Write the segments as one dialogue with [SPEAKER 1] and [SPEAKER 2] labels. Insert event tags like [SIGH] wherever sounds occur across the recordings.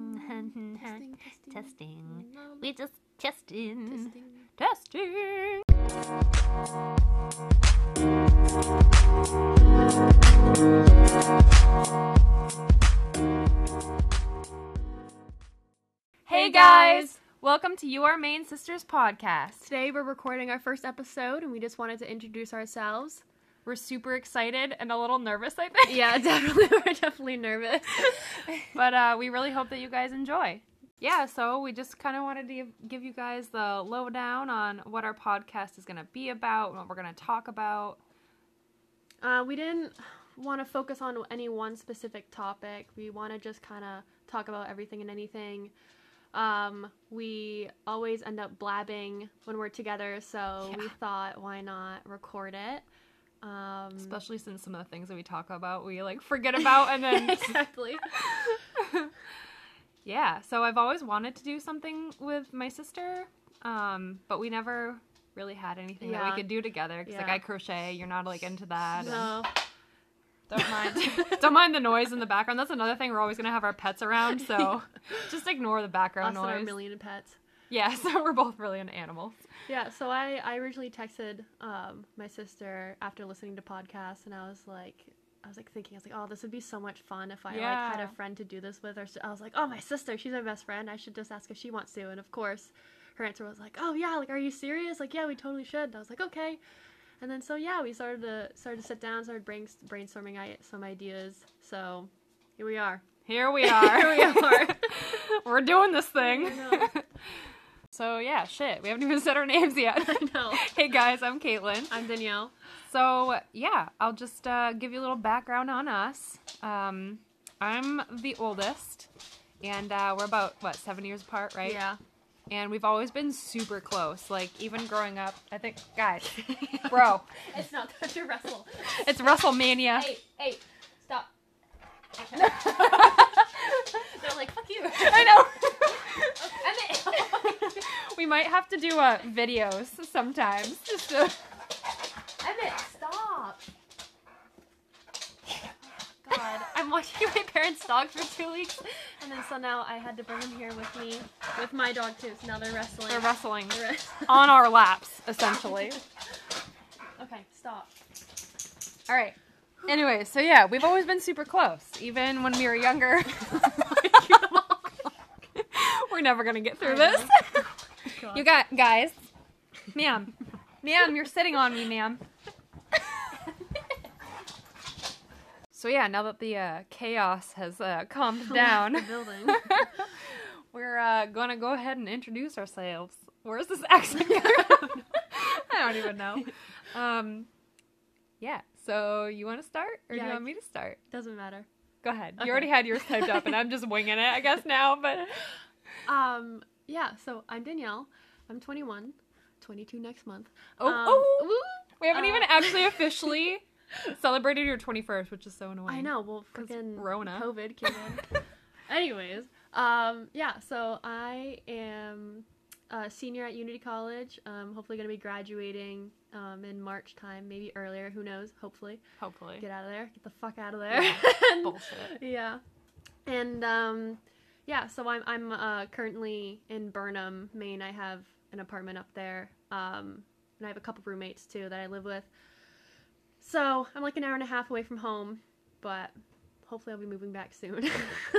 [SPEAKER 1] Mm-hmm.
[SPEAKER 2] Testing. Mm-hmm.
[SPEAKER 3] Nom,
[SPEAKER 2] We just testing.
[SPEAKER 3] testing.
[SPEAKER 2] Testing.
[SPEAKER 1] Hey guys! Welcome to You Are Maine Sisters podcast.
[SPEAKER 3] Today we're recording our first episode and we just wanted to introduce ourselves.
[SPEAKER 1] We're super excited and a little nervous, I think.
[SPEAKER 3] Yeah, [LAUGHS] definitely. We're
[SPEAKER 1] [LAUGHS]
[SPEAKER 3] definitely nervous.
[SPEAKER 1] But uh, we really hope that you guys enjoy. Yeah, so we just kind of wanted to give, give you guys the lowdown on what our podcast is going to be about and what we're going to talk about.
[SPEAKER 3] Uh, we didn't want to focus on any one specific topic. We want to just kind of talk about everything and anything. Um, we always end up blabbing when we're together, so we
[SPEAKER 1] Yeah.
[SPEAKER 3] thought, why not record it? Um,
[SPEAKER 1] Especially since some of the things that we talk about, we like forget about and then [LAUGHS]
[SPEAKER 3] [LAUGHS] exactly.
[SPEAKER 1] Yeah, so I've always wanted to do something with my sister, um, but we never really had anything that
[SPEAKER 3] Yeah.
[SPEAKER 1] we could do together. Because like
[SPEAKER 3] Yeah.
[SPEAKER 1] I crochet, you're not like into that. and-
[SPEAKER 3] So
[SPEAKER 1] [LAUGHS] Don't mind.
[SPEAKER 3] [LAUGHS]
[SPEAKER 1] Don't mind the noise in the background. That's another thing. We're always gonna have our pets around,
[SPEAKER 3] [LAUGHS]
[SPEAKER 1] so just ignore the
[SPEAKER 3] us
[SPEAKER 1] background
[SPEAKER 3] and our
[SPEAKER 1] noise.
[SPEAKER 3] million pets.
[SPEAKER 1] yeah, [LAUGHS] so we're both really into animals.
[SPEAKER 3] Yeah, so I, I originally texted um, my sister after listening to podcasts, and I was like, I was like thinking, I was like, oh, this would be so much fun if I like had
[SPEAKER 1] Yeah.
[SPEAKER 3] a friend to do this with. Or so I was like, oh, my sister, she's my best friend. I should just ask if she wants to. And of course, her answer was like, oh yeah, like are you serious? Like yeah, we totally should. And I was like, okay. And then so yeah, we started to started to sit down, started brains- brainstorming I- some ideas. So here we are.
[SPEAKER 1] Here
[SPEAKER 3] [LAUGHS]
[SPEAKER 1] we are.
[SPEAKER 3] Here we are.
[SPEAKER 1] [LAUGHS] we're doing this
[SPEAKER 3] I
[SPEAKER 1] thing.
[SPEAKER 3] know.
[SPEAKER 1] [LAUGHS] So yeah, shit. We haven't even said our names yet.
[SPEAKER 3] [LAUGHS] I know.
[SPEAKER 1] [LAUGHS] hey guys, I'm Caitlin.
[SPEAKER 3] I'm Danielle.
[SPEAKER 1] So yeah, I'll just uh, give you a little background on us. Um, I'm the oldest, and uh, we're about what seven years apart, right?
[SPEAKER 3] Yeah.
[SPEAKER 1] and we've always been super close. Like even growing up, I think guys,
[SPEAKER 3] [LAUGHS]
[SPEAKER 1] bro,
[SPEAKER 3] It's not [LAUGHS] good to wrestle.
[SPEAKER 1] it's WrestleMania.
[SPEAKER 3] Hey, hey, stop. [LAUGHS] They're like, fuck you.
[SPEAKER 1] [LAUGHS] [LAUGHS] I
[SPEAKER 3] [LAUGHS]
[SPEAKER 1] know.
[SPEAKER 3] Emmett. [LAUGHS]
[SPEAKER 1] [LAUGHS] we might have to do uh, videos sometimes. [LAUGHS] Just to...
[SPEAKER 3] Emmett, stop. Oh,
[SPEAKER 1] God, I'm watching my parents' dog for two weeks.
[SPEAKER 3] And then so now I had to bring him here with me, with my dog too. So now they're wrestling.
[SPEAKER 1] They're wrestling
[SPEAKER 3] They're wrest-
[SPEAKER 1] [LAUGHS] on our laps, essentially.
[SPEAKER 3] [LAUGHS] okay, stop.
[SPEAKER 1] [LAUGHS] All right. Anyway, so yeah, we've always been super close, even when we were younger. [LAUGHS] we're never gonna get through
[SPEAKER 3] I
[SPEAKER 1] this. [LAUGHS] You got guys, ma'am, ma'am, you're sitting on me, ma'am. [LAUGHS] so yeah, now that the uh, chaos has uh, calmed down, [LAUGHS]
[SPEAKER 3] the building.
[SPEAKER 1] we're uh, gonna go ahead and introduce ourselves. Where's this accent? coming from? [LAUGHS] I don't even know. Um, yeah. So you want to start, or do
[SPEAKER 3] Yeah,
[SPEAKER 1] you
[SPEAKER 3] I-
[SPEAKER 1] want me to start?
[SPEAKER 3] Doesn't matter.
[SPEAKER 1] Go ahead.
[SPEAKER 3] Okay.
[SPEAKER 1] You already had yours typed up, and I'm just winging it, I guess now. But
[SPEAKER 3] Um, yeah. So I'm Danielle. I'm 21, 22 next month.
[SPEAKER 1] oh,
[SPEAKER 3] Um,
[SPEAKER 1] oh, we haven't
[SPEAKER 3] uh,
[SPEAKER 1] even actually officially celebrated your 21st, which is so annoying.
[SPEAKER 3] I know. Well,
[SPEAKER 1] 'Cause
[SPEAKER 3] freaking
[SPEAKER 1] Rona.
[SPEAKER 3] COVID came
[SPEAKER 1] [LAUGHS]
[SPEAKER 3] in. Anyways, um, yeah. So I am a senior at Unity College. Um, hopefully, going to be graduating um, in March time, maybe earlier. Who knows? Hopefully,
[SPEAKER 1] Hopefully.
[SPEAKER 3] get out of there. Get the fuck out of
[SPEAKER 1] Eh.
[SPEAKER 3] there. [LAUGHS]
[SPEAKER 1] Yeah.
[SPEAKER 3] And-
[SPEAKER 1] Bullshit.
[SPEAKER 3] yeah. And um, yeah. So I'm I'm uh, currently in Burnham, Maine. I have an apartment up there. Um, and I have a couple roommates too that I live with. So I'm like an hour and a half away from home, but hopefully I'll be moving back soon.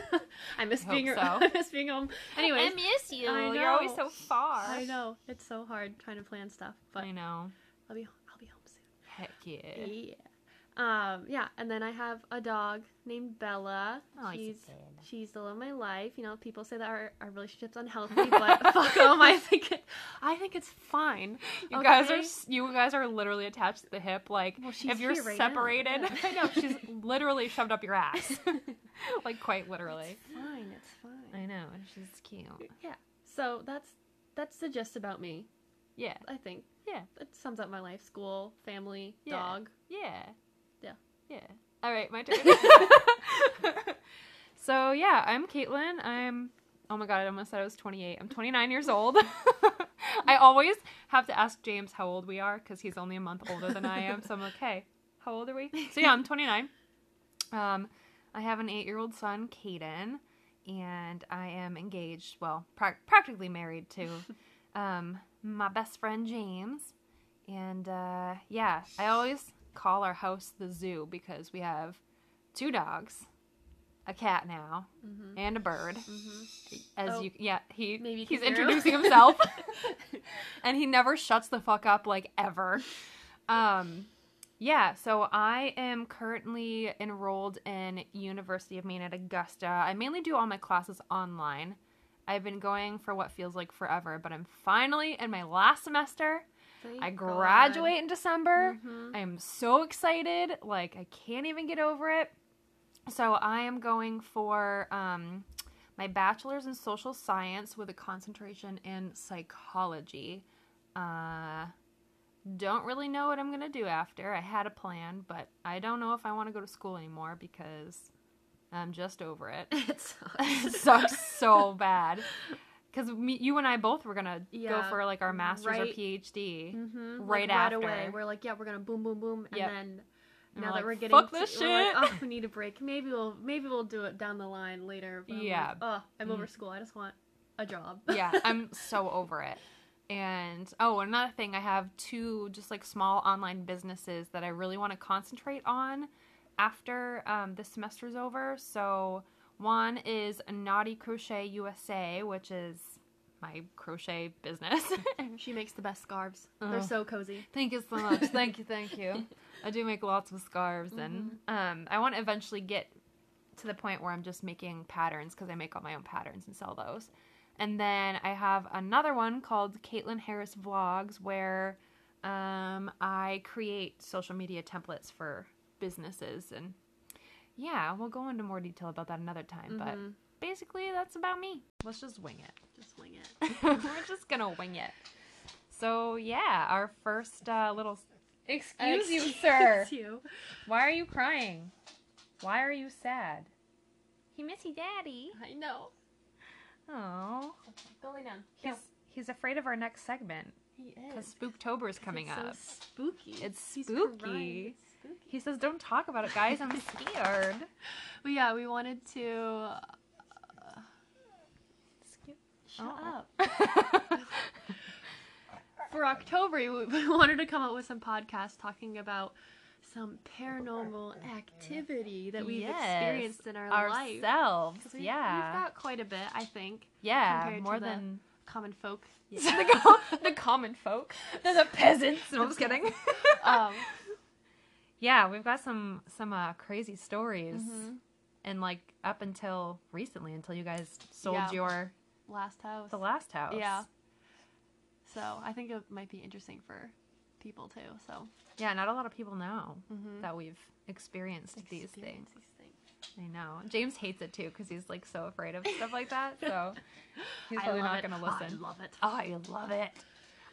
[SPEAKER 3] [LAUGHS] I miss
[SPEAKER 1] I
[SPEAKER 3] being
[SPEAKER 1] hope
[SPEAKER 3] [LAUGHS] I
[SPEAKER 1] so.
[SPEAKER 3] miss being home. Anyways,
[SPEAKER 2] I miss you.
[SPEAKER 3] I
[SPEAKER 1] You're always so
[SPEAKER 3] know.
[SPEAKER 1] far.
[SPEAKER 3] I know it's so hard trying to plan stuff, but
[SPEAKER 1] I know.
[SPEAKER 3] I'll be I'll be home soon.
[SPEAKER 1] Heck yeah.
[SPEAKER 3] Yeah. Um, yeah, and then I have a dog named Bella.
[SPEAKER 2] Oh, he's a
[SPEAKER 3] she's
[SPEAKER 2] good.
[SPEAKER 3] she's the love of my life. You know, people say that our, our relationship's unhealthy,
[SPEAKER 1] [LAUGHS]
[SPEAKER 3] but fuck them. I think it, I think it's fine.
[SPEAKER 1] You guys are
[SPEAKER 3] okay?
[SPEAKER 1] s- you guys are literally attached to the hip. Like
[SPEAKER 3] Well, she's
[SPEAKER 1] if you're
[SPEAKER 3] here right now,
[SPEAKER 1] separated,
[SPEAKER 3] yeah.
[SPEAKER 1] [LAUGHS] I know she's literally shoved up your
[SPEAKER 3] [LAUGHS]
[SPEAKER 1] ass,
[SPEAKER 3] it's
[SPEAKER 1] like quite literally.
[SPEAKER 3] fine. It's fine.
[SPEAKER 1] I know she's cute.
[SPEAKER 3] Yeah. So that's that's the gist about me.
[SPEAKER 1] Yeah,
[SPEAKER 3] I think.
[SPEAKER 1] Yeah.
[SPEAKER 3] That sums up my life: school, family,
[SPEAKER 1] Yeah.
[SPEAKER 3] dog.
[SPEAKER 1] yeah,
[SPEAKER 3] Yeah.
[SPEAKER 1] yeah. All right, my turn.
[SPEAKER 3] [LAUGHS]
[SPEAKER 1] [LAUGHS] so yeah, I'm Caitlin. I'm oh my god, I almost said I was 28. I'm 29 years old. [LAUGHS] I always have to ask James how old we are because he's only a month older than I am. So I'm like, hey, how old are we? So yeah, I'm 29. Um, I have an eight-year-old son, Caden, and I am engaged, well, prac practically married to um, my best friend James. And uh, yeah, I always call our house the zoo because we have two dogs, a cat now,
[SPEAKER 3] Mhm.
[SPEAKER 1] and a bird. As
[SPEAKER 3] Oh.
[SPEAKER 1] you, yeah, he
[SPEAKER 3] Maybe you can
[SPEAKER 1] he's
[SPEAKER 3] hear him.
[SPEAKER 1] introducing
[SPEAKER 3] [LAUGHS]
[SPEAKER 1] himself, [LAUGHS] and he never shuts the fuck up like ever. Um, yeah, so I am currently enrolled in University of Maine at Augusta. I mainly do all my classes online. I've been going for what feels like forever, but I'm finally in my last semester. I graduate in
[SPEAKER 3] Mm-hmm.
[SPEAKER 1] December. I am so excited. Like, I can't even get over it. So, I am going for um, my bachelor's in social science with a concentration in psychology. Uh, don't really know what I'm going to do after. I had a plan, but I don't know if I want to go to school anymore because I'm just over it.
[SPEAKER 3] [LAUGHS]
[SPEAKER 1] [LAUGHS]
[SPEAKER 3] It
[SPEAKER 1] it
[SPEAKER 3] sucks.
[SPEAKER 1] sucks so bad. Because you and I both were going to go
[SPEAKER 3] Yeah,
[SPEAKER 1] for like our master's or
[SPEAKER 3] right-
[SPEAKER 1] PhD.
[SPEAKER 3] Mhm, like,
[SPEAKER 1] Right
[SPEAKER 3] right
[SPEAKER 1] after.
[SPEAKER 3] away. We're like, yeah, we're gonna boom, boom, boom,
[SPEAKER 1] Yep.
[SPEAKER 3] and then
[SPEAKER 1] And we're
[SPEAKER 3] now that
[SPEAKER 1] like,
[SPEAKER 3] we're getting,
[SPEAKER 1] "Fuck
[SPEAKER 3] to-
[SPEAKER 1] this
[SPEAKER 3] we're like,
[SPEAKER 1] shit."
[SPEAKER 3] oh, we need a break. Maybe we'll, maybe we'll do it down the line later. But I'm like,
[SPEAKER 1] Yeah.
[SPEAKER 3] oh, I'm over
[SPEAKER 1] Mm.
[SPEAKER 3] school. I just want a job.
[SPEAKER 1] yeah, I'm so over it. And oh, another thing, I have two just like small online businesses that I really want to concentrate on after um, this semester's over. So one is Naughty Crochet USA, which is my crochet business.
[SPEAKER 3] [LAUGHS]
[SPEAKER 1] [LAUGHS]
[SPEAKER 3] she makes the best scarves. They're
[SPEAKER 1] Ugh.
[SPEAKER 3] so cozy.
[SPEAKER 1] thank you so much. Thank you, thank you. I do make lots of scarves, and um, I want to eventually get to the point where I'm just making patterns because I make all my own patterns and sell those. And then I have another one called Caitlin Harris Vlogs where um, I create social media templates for businesses. And yeah, we'll go into more detail about that another time.
[SPEAKER 3] Mhm.
[SPEAKER 1] But basically, that's about me. Let's just wing it.
[SPEAKER 3] Just wing
[SPEAKER 1] [LAUGHS]
[SPEAKER 3] it. [LAUGHS]
[SPEAKER 1] We're just gonna wing it. So yeah, our first uh, little. Excuse you, [LAUGHS] sir.
[SPEAKER 3] Excuse you.
[SPEAKER 1] Why are you crying? Why are you sad? He missy daddy.
[SPEAKER 3] I know.
[SPEAKER 1] Oh,
[SPEAKER 3] Go lay down.
[SPEAKER 1] he's he's afraid of our next segment
[SPEAKER 3] He
[SPEAKER 1] because Spooktober is coming
[SPEAKER 3] It's so
[SPEAKER 1] up.
[SPEAKER 3] spooky.
[SPEAKER 1] It's
[SPEAKER 3] He's
[SPEAKER 1] spooky.
[SPEAKER 3] crying. It's spooky.
[SPEAKER 1] He says, "Don't talk about it, guys. [LAUGHS] I'm scared."
[SPEAKER 3] But yeah, we wanted to. Uh, shut
[SPEAKER 1] Oh.
[SPEAKER 3] up.
[SPEAKER 1] [LAUGHS]
[SPEAKER 3] For October, we, we [LAUGHS] wanted to come up with some podcasts talking about some paranormal activity that we've
[SPEAKER 1] Yes,
[SPEAKER 3] experienced in our life.
[SPEAKER 1] Ourselves,
[SPEAKER 3] 'Cause we've-
[SPEAKER 1] yeah,
[SPEAKER 3] We've got quite a bit, I think.
[SPEAKER 1] yeah,
[SPEAKER 3] compared to
[SPEAKER 1] more
[SPEAKER 3] the-
[SPEAKER 1] [LAUGHS] than
[SPEAKER 3] Common folk. [LAUGHS]
[SPEAKER 1] the, co- the common folk, They're [LAUGHS] the peasants. No, I'm [LAUGHS] just kidding. [LAUGHS]
[SPEAKER 3] um,
[SPEAKER 1] Yeah, we've got some some uh, crazy stories,
[SPEAKER 3] Mhm.
[SPEAKER 1] and like up until recently, until you guys sold
[SPEAKER 3] Yeah.
[SPEAKER 1] your
[SPEAKER 3] last house.
[SPEAKER 1] the last house.
[SPEAKER 3] Yeah. So I think it might be interesting for people too. So
[SPEAKER 1] yeah. Not a lot of people know
[SPEAKER 3] mm-hmm.
[SPEAKER 1] that we've experienced these things.
[SPEAKER 3] These things.
[SPEAKER 1] I know James hates it too because he's like so afraid of stuff like that.
[SPEAKER 3] [LAUGHS]
[SPEAKER 1] So he's
[SPEAKER 3] I
[SPEAKER 1] probably
[SPEAKER 3] love
[SPEAKER 1] not
[SPEAKER 3] it.
[SPEAKER 1] going to
[SPEAKER 3] Oh,
[SPEAKER 1] listen.
[SPEAKER 3] [LAUGHS] I love it.
[SPEAKER 1] Oh, I love it.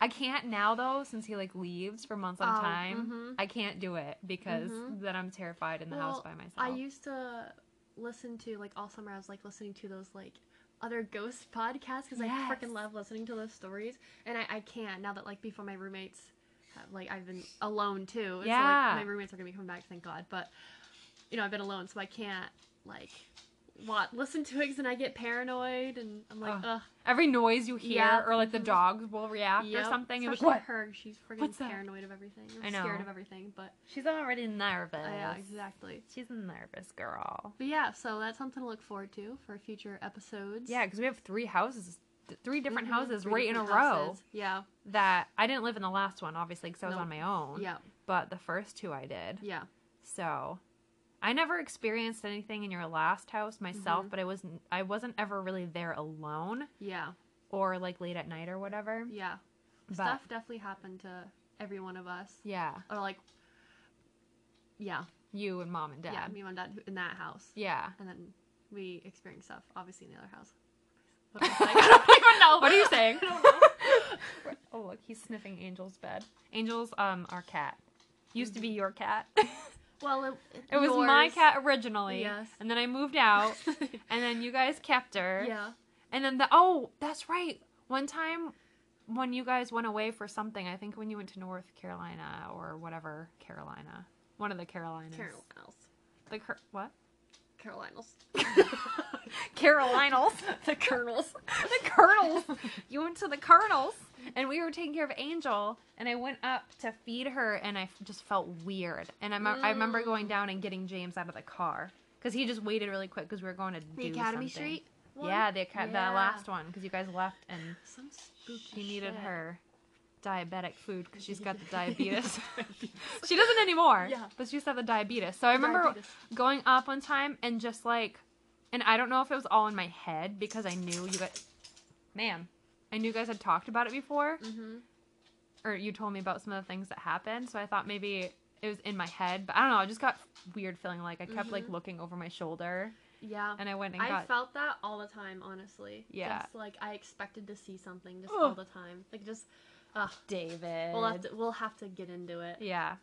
[SPEAKER 1] I can't now though, since he like leaves for months on
[SPEAKER 3] Oh,
[SPEAKER 1] time.
[SPEAKER 3] mhm.
[SPEAKER 1] I can't do it because
[SPEAKER 3] Mhm.
[SPEAKER 1] then I'm terrified in the house by
[SPEAKER 3] Well,
[SPEAKER 1] myself.
[SPEAKER 3] I used to listen to like all summer. I was like listening to those like other ghost [LAUGHS] podcasts because I
[SPEAKER 1] Yes.
[SPEAKER 3] freaking love listening to those stories. And I, I can't now that like before my roommates, have, like I've been alone too. and
[SPEAKER 1] Yeah.
[SPEAKER 3] So, like, my roommates are gonna be coming back, thank God. But you know I've been alone, so I can't like what listen to it 'cause then I get paranoid and I'm like
[SPEAKER 1] Ugh.
[SPEAKER 3] ugh.
[SPEAKER 1] Every noise you hear,
[SPEAKER 3] Yeah,
[SPEAKER 1] or like the
[SPEAKER 3] mhm.
[SPEAKER 1] dogs will react
[SPEAKER 3] Yep.
[SPEAKER 1] or something, you're like,
[SPEAKER 3] Especially
[SPEAKER 1] what?
[SPEAKER 3] her. She's freaking
[SPEAKER 1] What's that?"
[SPEAKER 3] paranoid of everything.
[SPEAKER 1] I know.
[SPEAKER 3] Scared of everything, but uh,
[SPEAKER 1] She's already nervous.
[SPEAKER 3] yeah, exactly.
[SPEAKER 1] She's a nervous girl.
[SPEAKER 3] But yeah, so that's something to look forward to for future episodes.
[SPEAKER 1] Yeah, because we have three houses, th- three different
[SPEAKER 3] Mhm.
[SPEAKER 1] houses
[SPEAKER 3] Three
[SPEAKER 1] right in
[SPEAKER 3] different
[SPEAKER 1] a row.
[SPEAKER 3] houses. Yeah,
[SPEAKER 1] That I didn't live in the last one, obviously, because I was
[SPEAKER 3] No.
[SPEAKER 1] on my own.
[SPEAKER 3] yeah,
[SPEAKER 1] But the first two I did.
[SPEAKER 3] yeah.
[SPEAKER 1] So, I never experienced anything in your last house myself,
[SPEAKER 3] Mhm.
[SPEAKER 1] but I wasn't. I wasn't ever really there alone
[SPEAKER 3] Yeah,
[SPEAKER 1] or like late at night or whatever.
[SPEAKER 3] yeah.
[SPEAKER 1] But
[SPEAKER 3] Stuff definitely happened to every one of us.
[SPEAKER 1] yeah,
[SPEAKER 3] Or like, yeah,
[SPEAKER 1] you and mom and dad.
[SPEAKER 3] yeah. Me, mom, dad in that house,
[SPEAKER 1] yeah.
[SPEAKER 3] and then we experienced stuff obviously in the
[SPEAKER 1] [LAUGHS]
[SPEAKER 3] other house. What am I saying? [LAUGHS] I don't even know.
[SPEAKER 1] What are you saying?
[SPEAKER 3] [LAUGHS] I don't know.
[SPEAKER 1] [LAUGHS] oh look, he's sniffing Angel's bed. Angel's um our cat. Used to be your cat. [LAUGHS]
[SPEAKER 3] Well, it,
[SPEAKER 1] it was my
[SPEAKER 3] yours. [LAUGHS]
[SPEAKER 1] cat originally.
[SPEAKER 3] Yes.
[SPEAKER 1] And then I moved out. [LAUGHS] and then you guys kept her.
[SPEAKER 3] yeah.
[SPEAKER 1] And then the oh, that's right. One time when you guys went away for something, I think when you went to North Carolina or whatever Carolina. One of the Carolinas.
[SPEAKER 3] Carol house.
[SPEAKER 1] The Car- what? [LAUGHS]
[SPEAKER 3] Carolinas.
[SPEAKER 1] Carolinals.
[SPEAKER 3] [LAUGHS] the Colonels.
[SPEAKER 1] [LAUGHS] the colonels. You went to the colonels, and we were taking care of Angel, and I went up to feed her, and I f- just felt weird. And I, mem- I
[SPEAKER 3] Mm.
[SPEAKER 1] remember going down and getting James out of the car because he just waited really quick because we were going to
[SPEAKER 3] The
[SPEAKER 1] do
[SPEAKER 3] Academy
[SPEAKER 1] something.
[SPEAKER 3] Street. one?
[SPEAKER 1] Yeah, the aca-
[SPEAKER 3] Yeah.
[SPEAKER 1] the last one because you guys left and
[SPEAKER 3] Some spooky.
[SPEAKER 1] she needed
[SPEAKER 3] shit.
[SPEAKER 1] her diabetic food because she's
[SPEAKER 3] [LAUGHS]
[SPEAKER 1] got the diabetes. she doesn't anymore.
[SPEAKER 3] Yeah.
[SPEAKER 1] But she used to have the diabetes. So I remember
[SPEAKER 3] Diabetes.
[SPEAKER 1] going up one time and just like, and I don't know if it was all in my head because I knew you guys, man, I knew you guys had talked about it before,
[SPEAKER 3] Mhm.
[SPEAKER 1] or you told me about some of the things that happened. So I thought maybe it was in my head, but I don't know. I just got weird feeling like I kept like looking over my shoulder,
[SPEAKER 3] Yeah.
[SPEAKER 1] and I went and
[SPEAKER 3] Mm-hmm. I
[SPEAKER 1] got.
[SPEAKER 3] felt that all the time, honestly.
[SPEAKER 1] Yeah.
[SPEAKER 3] Just like I expected to see something just
[SPEAKER 1] Ugh.
[SPEAKER 3] all the time. Like just, ugh.
[SPEAKER 1] David.
[SPEAKER 3] We'll have to we'll have to get into it.
[SPEAKER 1] yeah.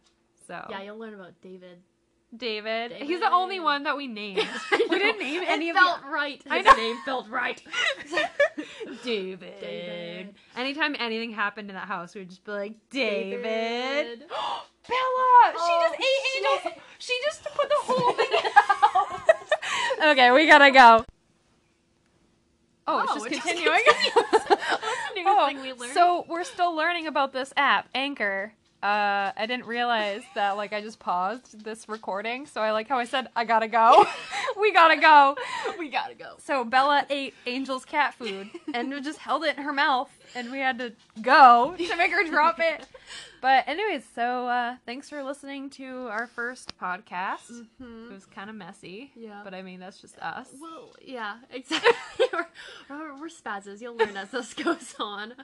[SPEAKER 1] So
[SPEAKER 3] Yeah, you'll learn about David. [LAUGHS]
[SPEAKER 1] David. He's the only
[SPEAKER 3] David.
[SPEAKER 1] one that we
[SPEAKER 3] [LAUGHS]
[SPEAKER 1] named. We didn't name
[SPEAKER 3] it
[SPEAKER 1] any of
[SPEAKER 3] felt right.
[SPEAKER 1] I
[SPEAKER 3] His
[SPEAKER 1] know.
[SPEAKER 3] name felt right.
[SPEAKER 1] [LAUGHS] David.
[SPEAKER 3] David.
[SPEAKER 1] Anytime anything happened in that house, we would just be like, David. [GASPS] Bella!
[SPEAKER 3] David.
[SPEAKER 1] she
[SPEAKER 3] Oh,
[SPEAKER 1] just ate Angel's. She just put the whole
[SPEAKER 3] [LAUGHS]
[SPEAKER 1] thing out. okay, we gotta go. Oh, it's
[SPEAKER 3] Oh,
[SPEAKER 1] just
[SPEAKER 3] it just
[SPEAKER 1] continuing. [LAUGHS] Oh,
[SPEAKER 3] newest thing we learned?
[SPEAKER 1] So we're still learning about this app, Anchor. Uh, I didn't realize that like I just paused this recording, so I like how I said I gotta go. [LAUGHS] we gotta go. [LAUGHS]
[SPEAKER 3] we gotta go.
[SPEAKER 1] So Bella ate Angel's cat
[SPEAKER 3] [LAUGHS]
[SPEAKER 1] food and it just held it in her mouth, and we had to
[SPEAKER 3] [LAUGHS]
[SPEAKER 1] go to make her drop it. But anyways, so uh, thanks for listening to our first podcast. It was kind of messy,
[SPEAKER 3] Mm-hmm. Yeah.
[SPEAKER 1] But I mean, that's just us.
[SPEAKER 3] Well, yeah, exactly. [LAUGHS] we're, we're, we're spazzes. You'll learn as this [LAUGHS] goes on.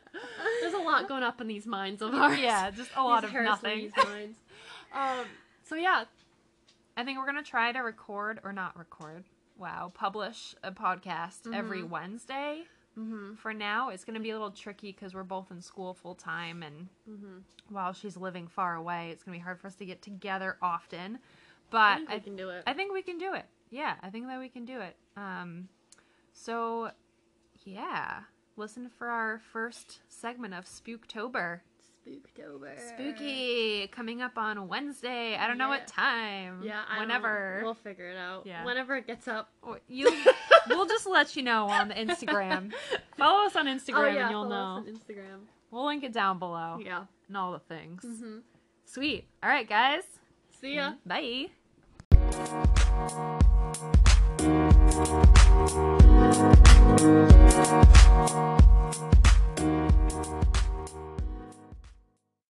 [SPEAKER 3] There's a lot going up in these minds of ours.
[SPEAKER 1] [LAUGHS] yeah, just a lot
[SPEAKER 3] These
[SPEAKER 1] of
[SPEAKER 3] hairs in
[SPEAKER 1] nothing. [LAUGHS]
[SPEAKER 3] these minds. Um, so yeah,
[SPEAKER 1] I think we're gonna try to record or not record. Wow, publish a podcast every
[SPEAKER 3] Mm-hmm.
[SPEAKER 1] Wednesday.
[SPEAKER 3] Mhm.
[SPEAKER 1] For now, it's gonna be a little tricky because we're both in school full time, and
[SPEAKER 3] Mm-hmm.
[SPEAKER 1] while she's living far away, it's gonna be hard for us to get together often.
[SPEAKER 3] I
[SPEAKER 1] But
[SPEAKER 3] think
[SPEAKER 1] I,
[SPEAKER 3] we can do it.
[SPEAKER 1] I think we can do it. Yeah, I think that we can do it. Um, so yeah, listen for our first segment of Spooktober.
[SPEAKER 3] Spooktober.
[SPEAKER 1] Spooky coming up on Wednesday. I don't know
[SPEAKER 3] Yeah.
[SPEAKER 1] what time.
[SPEAKER 3] Yeah, I
[SPEAKER 1] Mm-hmm.
[SPEAKER 3] don't-
[SPEAKER 1] whenever.
[SPEAKER 3] We'll figure it out.
[SPEAKER 1] Yeah.
[SPEAKER 3] Whenever it gets up.
[SPEAKER 1] Or You,
[SPEAKER 3] [LAUGHS]
[SPEAKER 1] we'll just let you know on the Instagram. Follow us on Instagram and you'll
[SPEAKER 3] Oh, follow
[SPEAKER 1] know. Oh.
[SPEAKER 3] us on Instagram.
[SPEAKER 1] We'll link it down below
[SPEAKER 3] Yeah.
[SPEAKER 1] and all the things.
[SPEAKER 3] hmm
[SPEAKER 1] Sweet. All right, guys. Mm-hmm.
[SPEAKER 3] See ya.
[SPEAKER 1] Bye.